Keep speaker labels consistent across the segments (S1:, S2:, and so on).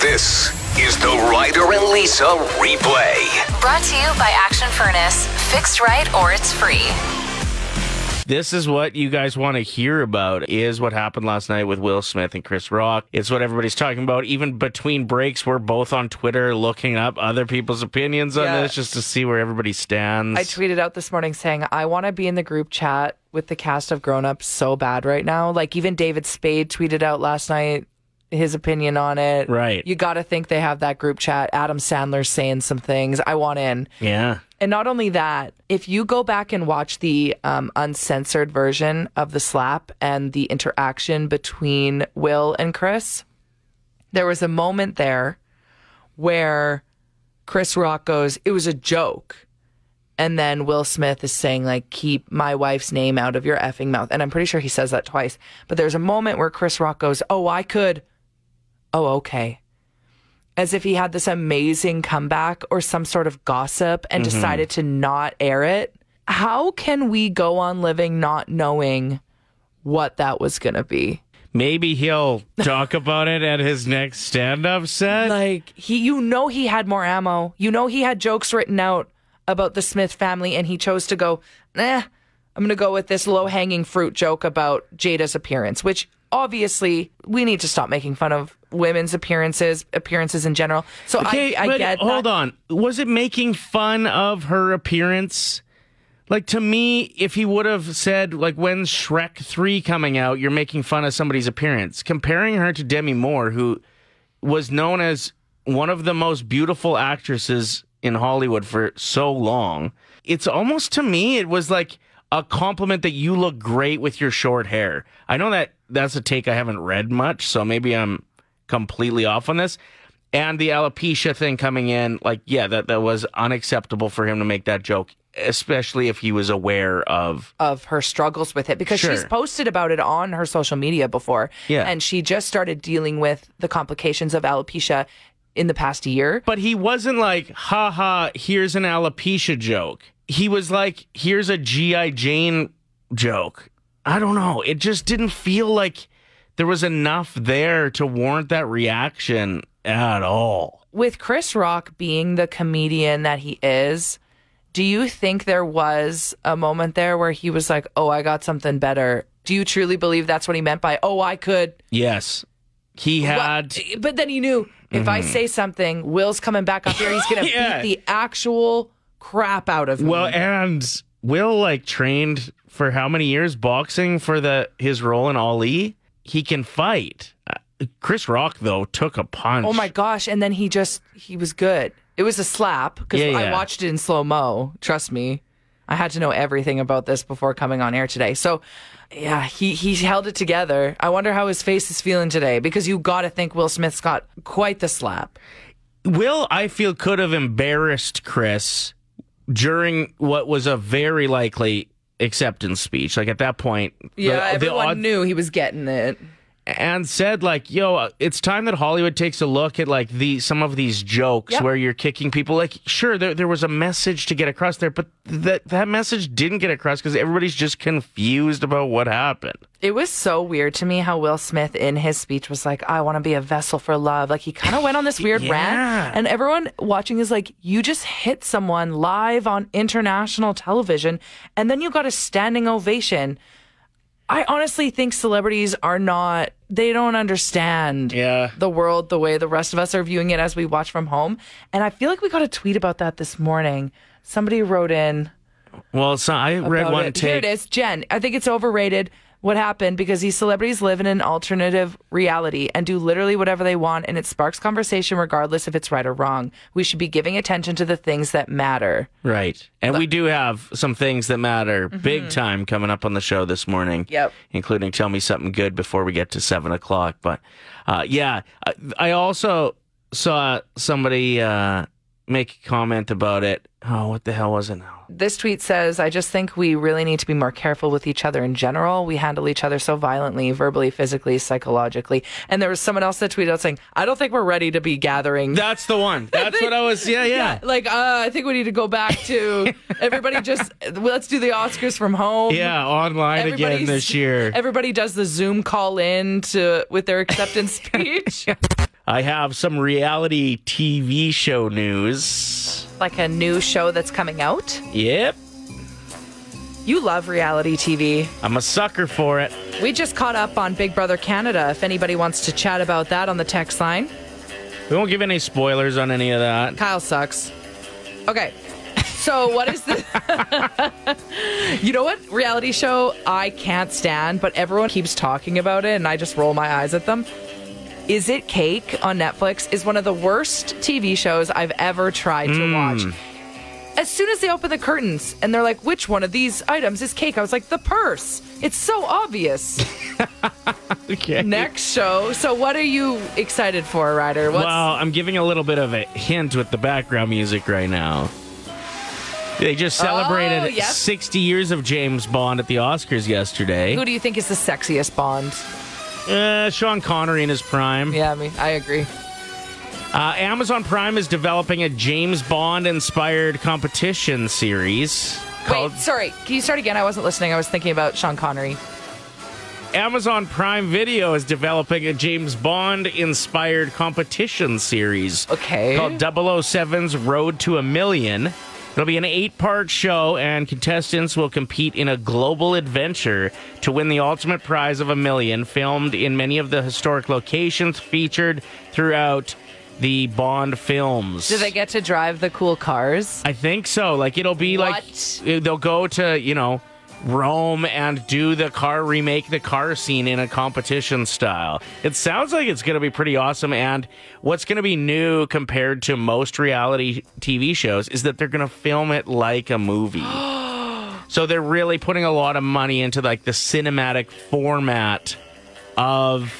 S1: This is the Ryder and Lisa replay.
S2: Brought to you by Action Furnace. Fixed right or it's free.
S3: This is what you guys want to hear about is what happened last night with Will Smith and Chris Rock. It's what everybody's talking about. Even between breaks, we're both on Twitter looking up other people's opinions on
S4: Yeah.
S3: this just to see where everybody stands.
S4: I tweeted out this morning saying, I want to be in the group chat with the cast of Grown Ups so bad right now. Like, even David Spade tweeted out last night his opinion on it.
S3: Right.
S4: You got to think they have that group chat. Adam Sandler's saying some things. I want in.
S3: yeah.
S4: And not only that, if you go back and watch the um, uncensored version of the slap and the interaction between Will and Chris, there was a moment there where Chris Rock goes, It was a joke. And then Will Smith is saying, like, keep my wife's name out of your effing mouth. And I'm pretty sure he says that twice. But there's a moment where Chris Rock goes, Oh, I could. Oh, okay as if he had this amazing comeback or some sort of gossip and
S3: Mm-hmm.
S4: decided to not air it. How can we go on living not knowing what that was going to be?
S3: Maybe he'll talk about it at his next stand up set.
S4: Like he you know he had more ammo. You know he had jokes written out about the Smith family and he chose to go, "Nah, I'm going to go with this low-hanging fruit joke about Jada's appearance," which obviously we need to stop making fun of women's appearances, appearances in general. So
S3: Okay,
S4: I I
S3: but
S4: get that.
S3: hold on. Was it making fun of her appearance? Like to me, if he would have said like when's Shrek 3 coming out, you're making fun of somebody's appearance. Comparing her to Demi Moore who was known as one of the most beautiful actresses in Hollywood for so long. It's almost to me it was like a compliment that you look great with your short hair. I know that that's a take I haven't read much, so maybe I'm completely off on this. And the alopecia thing coming in, like, yeah, that, that was unacceptable for him to make that joke, especially if he was aware of.
S4: of her struggles with it because she's
S3: Sure.
S4: posted about it on her social media before.
S3: Yeah.
S4: And she just started dealing with the complications of alopecia in the past year.
S3: But he wasn't like, ha ha, here's an alopecia joke. He was like, here's a G.I. Jane joke. I don't know. It just didn't feel like there was enough there to warrant that reaction at all.
S4: With Chris Rock being the comedian that he is, do you think there was a moment there where he was like, oh, I got something better? Do you truly believe that's what he meant by, oh, I could?
S3: Yes. He had. Mm-hmm.
S4: Well, but then he knew if I say something, Will's coming back up here. He's going to
S3: Yeah.
S4: beat the actual crap out of me.
S3: Well, and Will like trained for how many years boxing for the his role in Ali. He can fight. Uh, Chris Rock though took a punch.
S4: Oh my gosh! And then he just he was good. It was a slap because
S3: Yeah, yeah.
S4: I watched it in slow mo. Trust me, I had to know everything about this before coming on air today. So, yeah, he he held it together. I wonder how his face is feeling today because you got to think Will Smith's got quite the slap.
S3: Will I feel could have embarrassed Chris during what was a very likely acceptance speech. Like at that point, the-
S4: Yeah,
S3: the
S4: everyone
S3: odds-
S4: knew he was getting it.
S3: and said like, "Yo, uh, it's time that Hollywood takes a look at like the some of these jokes
S4: Yep.
S3: where you're kicking people." Like, sure, there there was a message to get across there, but that that message didn't get across because everybody's just confused about what happened.
S4: It was so weird to me how Will Smith in his speech was like, I want to be a vessel for love. Like he kind of went on this weird
S3: Yeah.
S4: rant. And everyone watching is like, you just hit someone live on international television and then you got a standing ovation. I honestly think celebrities are not, they don't understand
S3: Yeah.
S4: the world the way the rest of us are viewing it as we watch from home. And I feel like we got a tweet about that this morning. Somebody wrote in,
S3: Well, so I read
S4: about
S3: one
S4: it.
S3: take.
S4: Here it is, Jen. I think it's overrated. What happened because these celebrities live in an alternative reality and do literally whatever they want, and it sparks conversation regardless if it's right or wrong. We should be giving attention to the things that matter.
S3: Right. And we do have some things that matter big time coming up on the show this morning.
S4: Mm-hmm. Yep.
S3: Including Tell Me Something Good before we get to seven o'clock. But uh, yeah, I, I also saw somebody uh, make a comment about it. Oh, what the hell was it now?
S4: This tweet says, I just think we really need to be more careful with each other in general. We handle each other so violently, verbally, physically, psychologically. And there was someone else that tweeted out saying, I don't think we're ready to be gathering
S3: That's the one. That's what I was. Yeah, yeah.
S4: Like, uh, I think we need to go back to everybody just let's do the Oscars from home.
S3: Yeah, online again
S4: Everybody's-
S3: this year.
S4: Everybody does the Zoom call in to with their acceptance speech.
S3: I have some reality TV show news.
S4: Like a new show that's coming out.
S3: Yep,
S4: You love reality TV.
S3: I'm a sucker for it.
S4: We just caught up on Big Brother Canada. If anybody wants to chat about that on the text line,
S3: We won't give any spoilers on any of that.
S4: Kyle sucks. Okay. So what is the You know what reality show I can't stand, but everyone keeps talking about it and I just roll my eyes at them. Is It Cake on Netflix is one of the worst TV shows I've ever tried to watch. As soon as they open the curtains and they're like, which one of these items is cake? I was like, the purse. It's so obvious.
S3: Okay.
S4: Next show. So what are you excited for, Ryder? What's
S3: well, I'm giving a little bit of a hint with the background music right now. They just celebrated
S4: Oh, yep.
S3: 60 years of James Bond at the Oscars yesterday.
S4: who do you think is the sexiest Bond?
S3: Uh, Sean Connery in his prime.
S4: Yeah, I mean, I agree.
S3: Uh, Amazon Prime is developing a James Bond inspired competition series called
S4: Wait, sorry. Can you start again? I wasn't listening. I was thinking about Sean Connery.
S3: Amazon Prime Video is developing a James Bond inspired competition series
S4: Okay.
S3: called 007's Road to a Million. It'll be an eight part show, and contestants will compete in a global adventure to win the ultimate prize of a million, filmed in many of the historic locations featured throughout the Bond films.
S4: Do they get to drive the cool cars?
S3: I think so. Like it'll be
S4: What?
S3: like they'll go to you know Rome and do the car remake the car scene in a competition style. It sounds like it's going to be pretty awesome. And what's going to be new compared to most reality TV shows is that they're going to film it like a movie. so they're really putting a lot of money into like the cinematic format of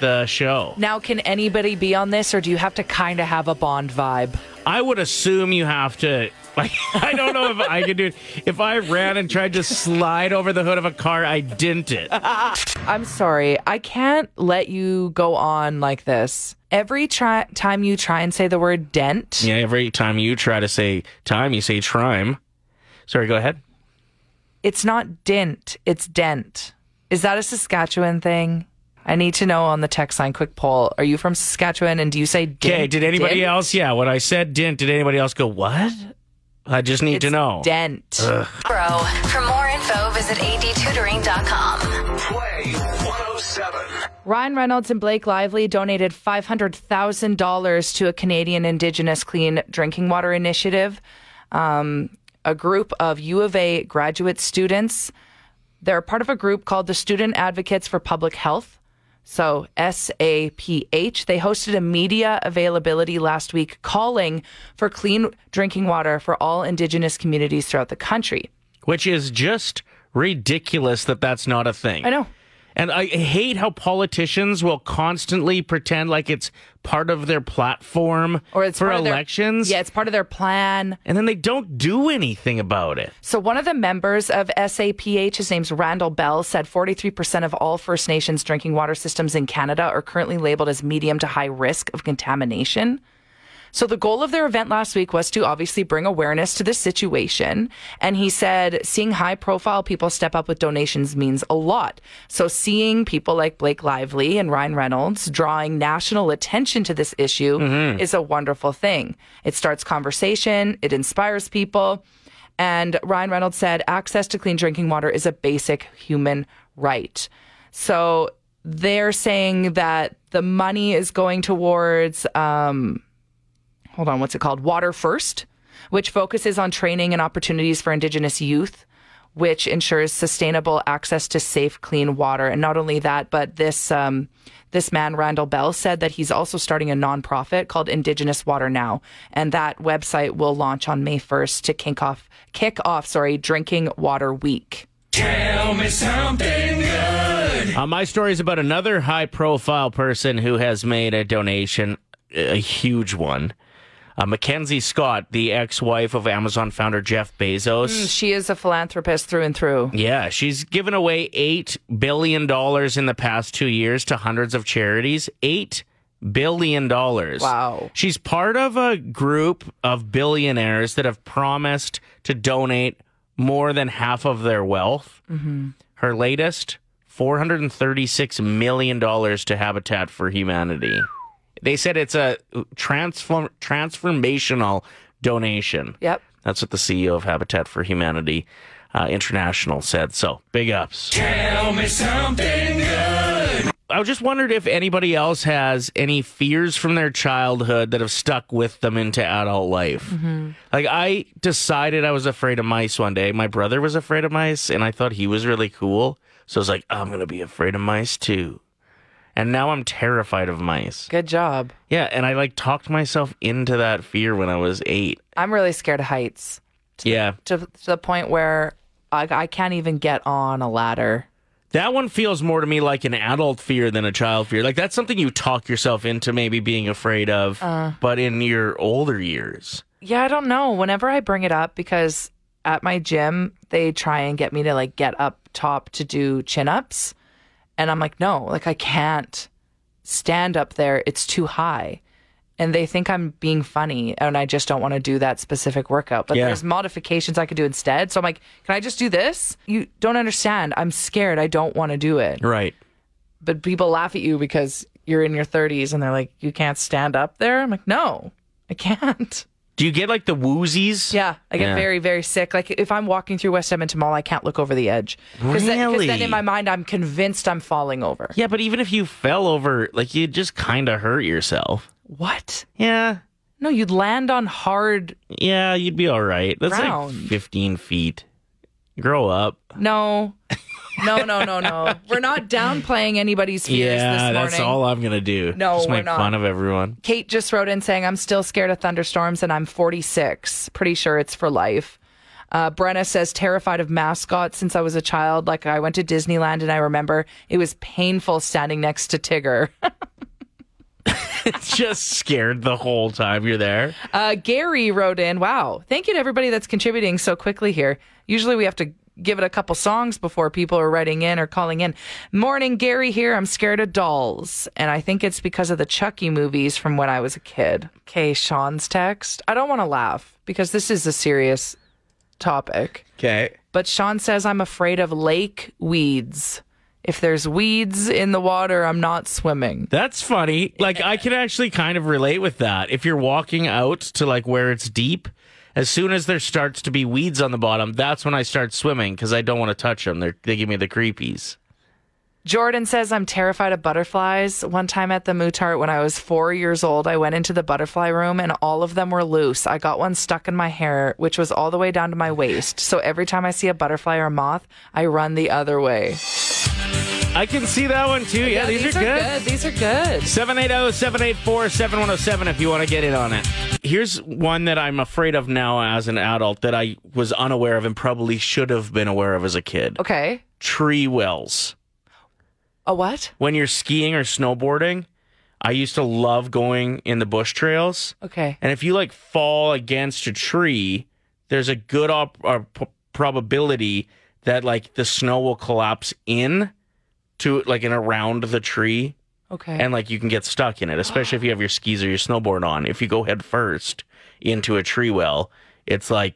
S3: the show.
S4: Now, can anybody be on this, or do you have to kind of have a Bond vibe?
S3: I would assume you have to. Like, I don't know if I could do it. If I ran and tried to slide over the hood of a car, I didn't it.
S4: I'm sorry. I can't let you go on like this. Every try- time you try and say the word dent,
S3: Yeah, every time you try to say time, you say trime. Sorry, go ahead.
S4: it's not dent, it's dent. Is that a Saskatchewan thing? I need to know on the text line. Quick poll. Are you from Saskatchewan and do you say dent?
S3: Okay, did anybody
S4: dent?
S3: else? Yeah, when I said didn't, did anybody else go, what? I just need
S4: It's
S3: to know.
S4: Dent.
S2: Bro, for more info, visit adtutoring.com.
S1: Play 107.
S4: Ryan Reynolds and Blake Lively donated $500,000 to a Canadian Indigenous Clean Drinking Water Initiative. Um, a group of U of A graduate students. They're part of a group called the Student Advocates for Public Health. So SAPH. They hosted a media availability last week calling for clean drinking water for all Indigenous communities throughout the country.
S3: Which is just ridiculous that that's not a thing.
S4: I know.
S3: And I hate how politicians will constantly pretend like it's part of their platform
S4: Or it's
S3: for
S4: part of their-
S3: elections.
S4: yeah, it's part of their plan.
S3: and then they don't do anything about it.
S4: So, one of the members of SAPH, his name's Randall Bell, said 43% of all First Nations drinking water systems in Canada are currently labeled as medium to high risk of contamination. So, the goal of their event last week was to obviously bring awareness to this situation. And he said, seeing high profile people step up with donations means a lot. So, seeing people like Blake Lively and Ryan Reynolds drawing national attention to this issue is a wonderful thing. It starts conversation, it inspires people. And Ryan Reynolds said, access to clean drinking water is a basic human right. So, they're saying that the money is going towards um, hold on, what's it called? Water First, which focuses on training and opportunities for Indigenous youth, which ensures sustainable access to safe, clean water. And not only that, but this um, this man Randall Bell said that he's also starting a nonprofit called Indigenous Water Now, and that website will launch on May first to kick off kick off sorry Drinking Water Week.
S3: Uh, my story is about another high profile person who has made a donation, a huge one. Uh, Mackenzie Scott, the ex wife of Amazon founder Jeff Bezos.
S4: She is a philanthropist through and through.
S3: Yeah, she's given away $8 billion in the past two years to hundreds of charities. $8 billion.
S4: Wow.
S3: She's part of a group of billionaires that have promised to donate more than half of their wealth. Her latest, $436 million to Habitat for Humanity. They said it's a transform transformational donation.
S4: Yep.
S3: That's what the CEO of Habitat for Humanity uh, International said. So big ups. I just wondered if anybody else has any fears from their childhood that have stuck with them into adult life. Like I decided I was afraid of mice one day. My brother was afraid of mice, and I thought he was really cool. So I was like, I'm gonna be afraid of mice too. And now I'm terrified of mice.
S4: Good job.
S3: Yeah, and I like talked myself into that fear when I was eight.
S4: I'm really scared of heights
S3: Yeah.
S4: to, to the point where I, I can't even get on a ladder.
S3: That one feels more to me like an adult fear than a child fear. Like that's something you talk yourself into maybe being afraid of,
S4: Uh.
S3: but in your older years.
S4: Yeah, I don't know. Whenever I bring it up, because at my gym, they try and get me to like get up top to do chin ups. And I'm like, no, like I can't stand up there. It's too high. And they think I'm being funny and I just don't want to do that specific workout. But
S3: Yeah.
S4: there's modifications I could do instead. So I'm like, can I just do this? You don't understand. I'm scared. I don't want to do it.
S3: Right.
S4: But people laugh at you because you're in your 30s and they're like, you can't stand up there. I'm like, no, I can't.
S3: Do you get like the woozies?
S4: Yeah, I get
S3: Yeah.
S4: very, very sick. Like if I'm walking through West Edmonton Mall, I can't look over the edge because then, 'cause then
S3: Really?
S4: in my mind I'm convinced I'm falling over.
S3: Yeah, but even if you fell over, like you just kind of hurt yourself.
S4: What?
S3: Yeah.
S4: No, you'd land on hard.
S3: Yeah, you'd be all right. That's
S4: Ground.
S3: like 15 feet. Grow up.
S4: No, no, no, no, no. We're not downplaying anybody's fears this
S3: yeah,
S4: morning.
S3: that's all I'm going to do.
S4: No,
S3: Just
S4: we're
S3: make
S4: not.
S3: fun of everyone.
S4: Kate just wrote in saying, I'm still scared of thunderstorms and I'm 46. Pretty sure it's for life. Uh, Brenna says, terrified of mascots since I was a child. Like I went to Disneyland and I remember it was painful standing next to Tigger.
S3: just scared the whole time you're there.
S4: Uh, Gary wrote in, wow, thank you to everybody that's contributing so quickly here. Usually we have to give it a couple songs before people are writing in or calling in. Morning, Gary here. I'm scared of dolls. And I think it's because of the Chucky movies from when I was a kid. Okay, Sean's text. I don't want to laugh because this is a serious topic.
S3: Okay.
S4: But Sean says, I'm afraid of lake weeds. If there's weeds in the water, I'm not swimming.
S3: That's funny. Like I can actually kind of relate with that. If you're walking out to like where it's deep, as soon as there starts to be weeds on the bottom, that's when I start swimming because I don't want to touch them. They're, they give me the creepies.
S4: Jordan says, I'm terrified of butterflies. One time at the Mutart when I was four years old, I went into the butterfly room and all of them were loose. I got one stuck in my hair, which was all the way down to my waist. So every time I see a butterfly or a moth, I run the other way.
S3: I can see that one too. Yeah, these, are, good. oh,
S4: These are good.
S3: 780-784-7107 if you want to get in on it. Here's one that I'm afraid of now as an adult that I was unaware of and probably should have been aware of as a kid.
S4: Okay.
S3: Tree wells.
S4: A what?
S3: When you're skiing or snowboarding, I used to love going in the bush trails.
S4: Okay.
S3: And if you like fall against a tree, there's a good op- or p- probability that like the snow will collapse in to like and around the tree
S4: Okay.
S3: and like you can get stuck in it, especially if you have your skis or your snowboard on. If you go head first into a tree well, it's like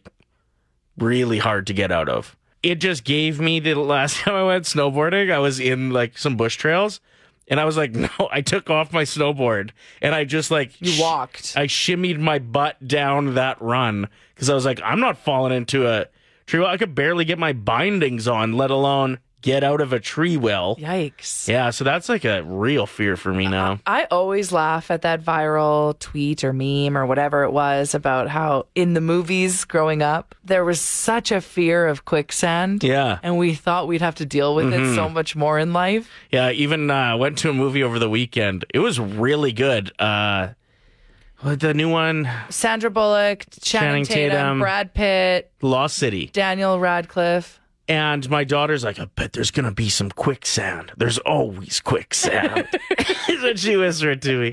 S3: really hard to get out of. It just gave me the last time I went snowboarding, I was in like some bush trails and I was like, no, I took off my snowboard and I just like
S4: you
S3: sh-
S4: walked.
S3: I shimmied my butt down that run because I was like, I'm not falling into a tree well. I could barely get my bindings on, let alone get out of a tree well.
S4: Yikes.
S3: Yeah, so that's like a real fear for me now.
S4: I always laugh at that viral tweet or meme or whatever it was about how in the movies growing up, there was such a fear of quicksand.
S3: Yeah.
S4: And we thought we'd have to deal with it
S3: Mm-hmm.
S4: so much more in life.
S3: Yeah, even uh, went to a movie over the weekend. It was really good. Uh, what, the new one,
S4: Sandra Bullock,
S3: Channing
S4: Channing, Tatum,
S3: Tatum.
S4: Brad Pitt,
S3: Lost City.
S4: Daniel Radcliffe.
S3: And my daughter's like, I bet there's going to be some quicksand. There's always quicksand. Is what she whispered to me.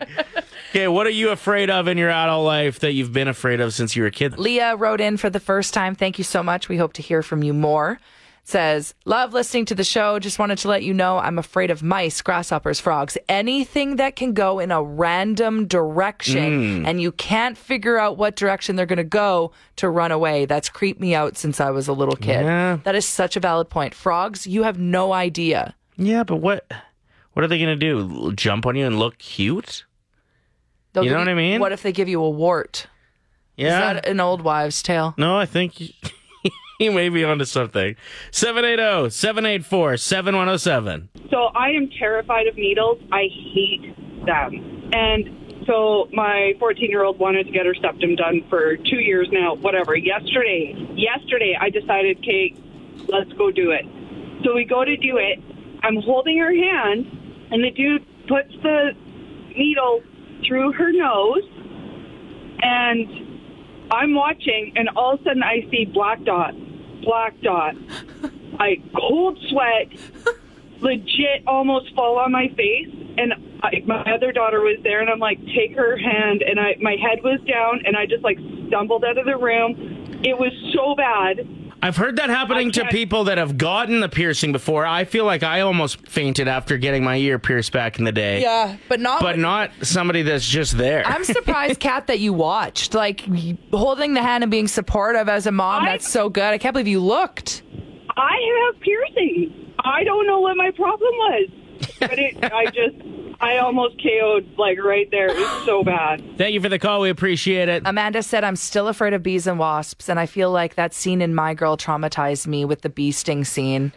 S3: Okay, what are you afraid of in your adult life that you've been afraid of since you were a kid?
S4: Leah wrote in for the first time. Thank you so much. We hope to hear from you more. Says, love listening to the show. Just wanted to let you know I'm afraid of mice, grasshoppers, frogs, anything that can go in a random
S3: Mm.
S4: direction and you can't figure out what direction they're going to go to run away. That's creeped me out since I was a little kid.
S3: Yeah.
S4: That is such a valid point. Frogs, you have no idea.
S3: Yeah, but what what are they going to do? L- Jump on you and look cute?
S4: They'll
S3: You
S4: give
S3: know what I mean?
S4: What if they give you a wart?
S3: Yeah.
S4: Is that an old wives' tale?
S3: No, I think you, you may be onto something. oh, 780 784 7107.
S5: So I am terrified of needles. I hate them. And so my 14 year old wanted to get her septum done for two years now, whatever. Yesterday, yesterday I decided, okay, let's go do it. So we go to do it. I'm holding her hand, and the dude puts the needle through her nose, and I'm watching, and all of a sudden I see black dot, black dot. I cold sweat legit almost fall on my face and I, my other daughter was there and I'm like take her hand and I my head was down and I just like stumbled out of the room it was so bad
S3: I've heard that happening to
S5: can't-
S3: people that have gotten the piercing before. I feel like I almost fainted after getting my ear pierced back in the day.
S4: Yeah, but not.
S3: But not somebody that's just there.
S4: I'm surprised, Kat, that you watched. Like holding the hand and being supportive as a mom.
S5: I-
S4: that's so good. I can't believe you looked.
S5: I have piercings I don't know what my problem was but it I just I almost KO'd like right there it was so bad
S3: Thank you for the call. We appreciate it.
S4: Amanda said, I'm still afraid of bees and wasps, and I feel like that scene in My Girl traumatized me with the bee sting scene.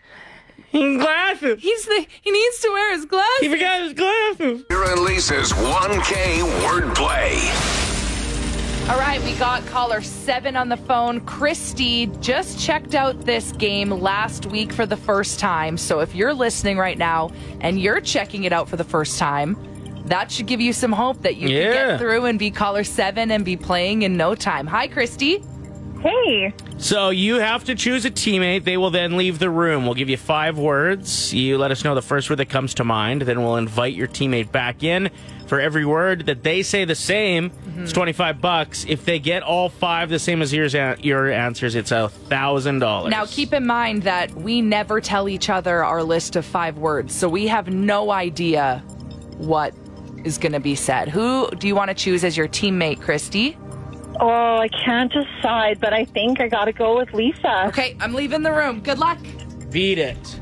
S3: glasses.
S4: He's the he needs to wear his
S3: He
S4: glasses.
S3: forgot his glasses.
S1: Ryder and Lisa's 1K wordplay.
S4: All right, we got caller seven on the phone. Christy just checked out this game last week for the first time. So if you're listening right now and you're checking it out for the first time, that should give you some hope that you can
S3: Yeah.
S4: get through and be caller seven and be playing in no time. Hi, Christy.
S6: Hey,
S3: So you have to choose a teammate. They will then leave the room. We'll give you five words. You let us know the first word that comes to mind. Then we'll invite your teammate back in. For every word that they say the same,
S4: Mm-hmm.
S3: it's twenty five bucks. If they get all five the same as yours, your answers, it's a thousand dollars.
S4: Now, keep in mind that we never tell each other our list of five words, so we have no idea what is going to be said. Who do you want to choose as your teammate, Christy?
S6: oh, I can't decide, but I think I gotta go with Lisa.
S4: Okay, I'm leaving the room. Good luck.
S3: beat it.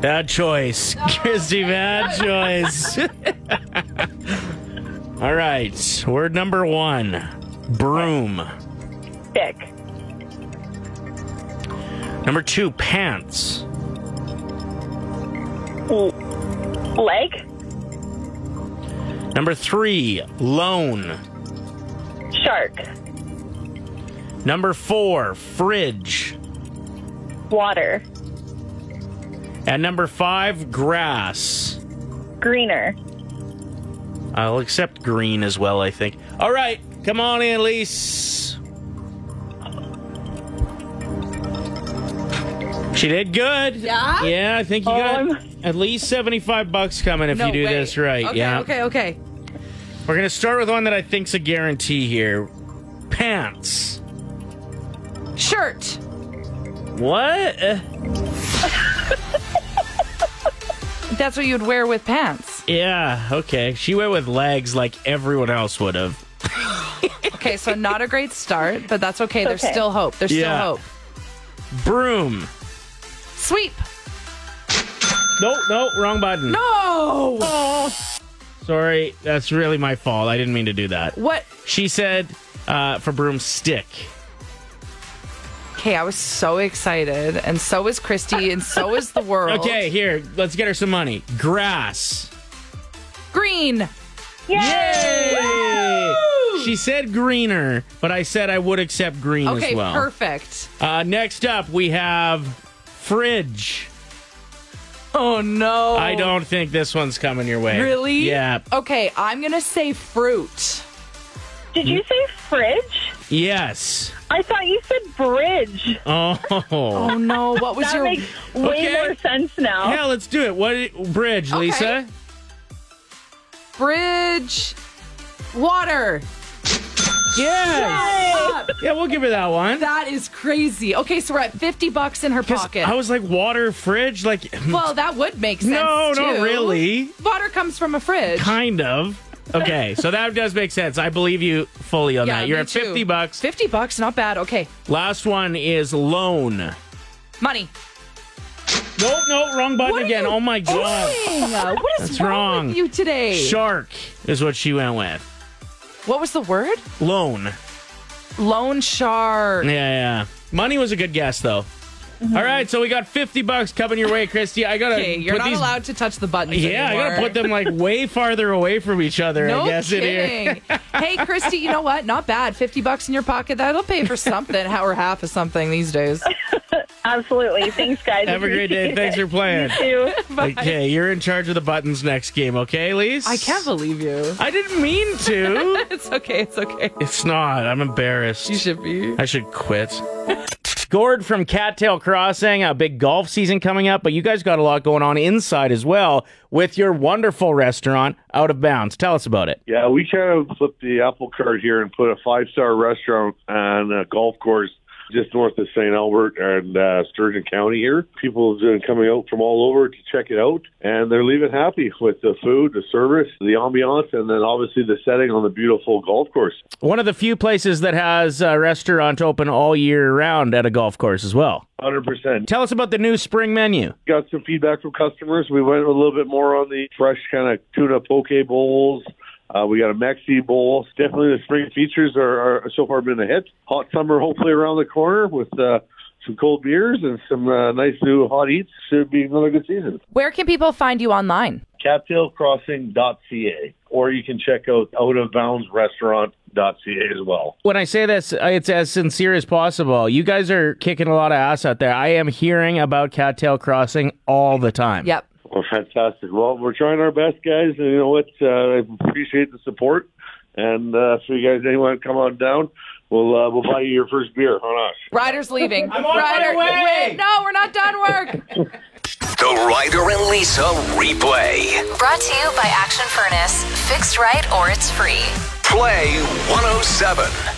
S3: Bad choice, Christy. Bad choice. all right, word number one: broom.
S6: Dick,
S3: Number two, pants.
S6: leg,
S3: Number three, loan.
S6: shark,
S3: Number four, fridge.
S6: water,
S3: And number five, grass.
S6: greener.
S3: I'll accept green as well, I think. All right, come on in, Elise. She did good.
S4: Yeah? Oh,
S3: Yeah, I think you
S6: Um.
S3: got at least 75 bucks coming if you do this right.
S4: Okay,
S3: yeah.
S4: okay, okay.
S3: We're going to start with one that I think's a guarantee here. Pants.
S4: Shirt.
S3: What? Uh,
S4: That's what you'd wear with pants.
S3: Yeah, okay. She went with legs like everyone else would have.
S4: Okay, so not a great start, but that's okay. There's
S6: Okay.
S4: still hope. There's
S3: Yeah.
S4: still hope.
S3: Broom.
S4: Sweep.
S3: No, no, wrong button.
S4: No.
S3: Sorry, that's really my fault. I didn't mean to do that.
S4: What?
S3: She said uh, for broomstick.
S4: Okay, I was so excited, and so was Christy, and so is the world.
S3: Okay, here, let's get her some money. Grass.
S4: Green.
S6: Yay!
S3: Yay! She said greener, but I said I would accept green
S4: Okay,
S3: as well.
S4: perfect.
S3: Uh, next up, we have fridge.
S4: Oh no.
S3: I don't think this one's coming your way.
S4: Really?
S3: Yeah.
S4: Okay, I'm gonna say fruit.
S6: Did you say fridge?
S3: Yes.
S6: I thought you said bridge.
S3: Oh.
S4: Oh no, what was
S6: That
S4: your
S6: makes way
S3: Okay.
S6: more sense now.
S3: Yeah, let's do it. What bridge,
S4: Okay.
S3: Lisa?
S4: bridge? Water.
S3: Yes.
S4: Up.
S3: Yeah, we'll give her that one.
S4: That is crazy. Okay, so we're at 50 bucks in her
S3: 'Cause
S4: pocket.
S3: I was like water fridge, like
S4: well, that would make sense.
S3: no, not
S4: too.
S3: really.
S4: Water comes from a fridge.
S3: Kind of. Okay, so that does make sense. I believe you fully on
S4: Yeah,
S3: that. You're
S4: me
S3: at
S4: too.
S3: 50 bucks.
S4: 50 bucks, not bad. Okay,
S3: Last one is loan.
S4: money.
S3: No, no, wrong button
S7: What are
S3: again.
S7: you
S3: Oh my god.
S7: doing? What is
S3: That's
S7: wrong,
S3: wrong.
S7: with you today?
S3: Shark is what she went with.
S4: What was the word?
S3: Loan.
S4: Loan shark.
S3: Yeah, yeah. Money was a good guess though.
S4: Mm-hmm.
S3: All right, so we got 50 bucks coming your way, Christy. I gotta
S7: Okay, you're
S3: put
S7: not
S3: these.
S7: allowed to touch the buttons.
S3: yeah, I gotta
S7: anymore.
S3: put them like way farther away from each other.
S7: No
S3: I guess in here.
S7: kidding.
S4: hey, Christy, you know what? Not bad. 50 bucks in your pocket. That'll pay for something, or half of something these days.
S6: Absolutely. Thanks, guys.
S3: Have a great day.
S6: Appreciate
S3: Thanks for playing.
S6: it. You too.
S3: Okay, you're in charge of the buttons next game. Okay, Elise.
S7: I can't believe you.
S3: I didn't mean to.
S7: It's okay. It's okay.
S3: it's not. I'm embarrassed.
S7: You should be.
S3: I should quit. Gord from Cattail Crossing, a big golf season coming up, but you guys got a lot going on inside as well with your wonderful restaurant, Out of Bounds. Tell us about it.
S8: Yeah, we kind of flipped the apple cart here and put a five star restaurant on a golf course just north of St. Albert and uh, Sturgeon County here. People have been coming out from all over to check it out, and they're leaving happy with the food, the service, the ambiance, and then obviously the setting on the beautiful golf course.
S3: One of the few places that has a restaurant open all year round at a golf course as well.
S8: 100%.
S3: Tell us about the new spring menu.
S8: got some feedback from customers. We went a little bit more on the fresh kind of tuna poke bowls. Uh, we got a Mexi bowl. Definitely the spring features are, are so far been a hit. Hot summer hopefully around the corner with uh, some cold beers and some uh, nice new hot eats. Should be another good season.
S4: Where can people find you online?
S8: Cattailcrossing.ca or you can check out outofboundsrestaurant.ca as well.
S3: When I say this, uh, it's as sincere as possible. You guys are kicking a lot of ass out there. I am hearing about Cattail Crossing all the time.
S4: Yep.
S8: Well, fantastic. Well, we're trying our best, guys. And you know what? Uh, I appreciate the support. And uh, so, you guys, anyone come on down? We'll uh, we'll buy you your first beer on us.
S4: Ryder's leaving. I'm
S3: on my way.
S4: Wait, no, we're not done work.
S1: The Ryder and Lisa replay.
S2: Brought to you by Action Furnace. Fixed right or it's free.
S1: oh Play 107.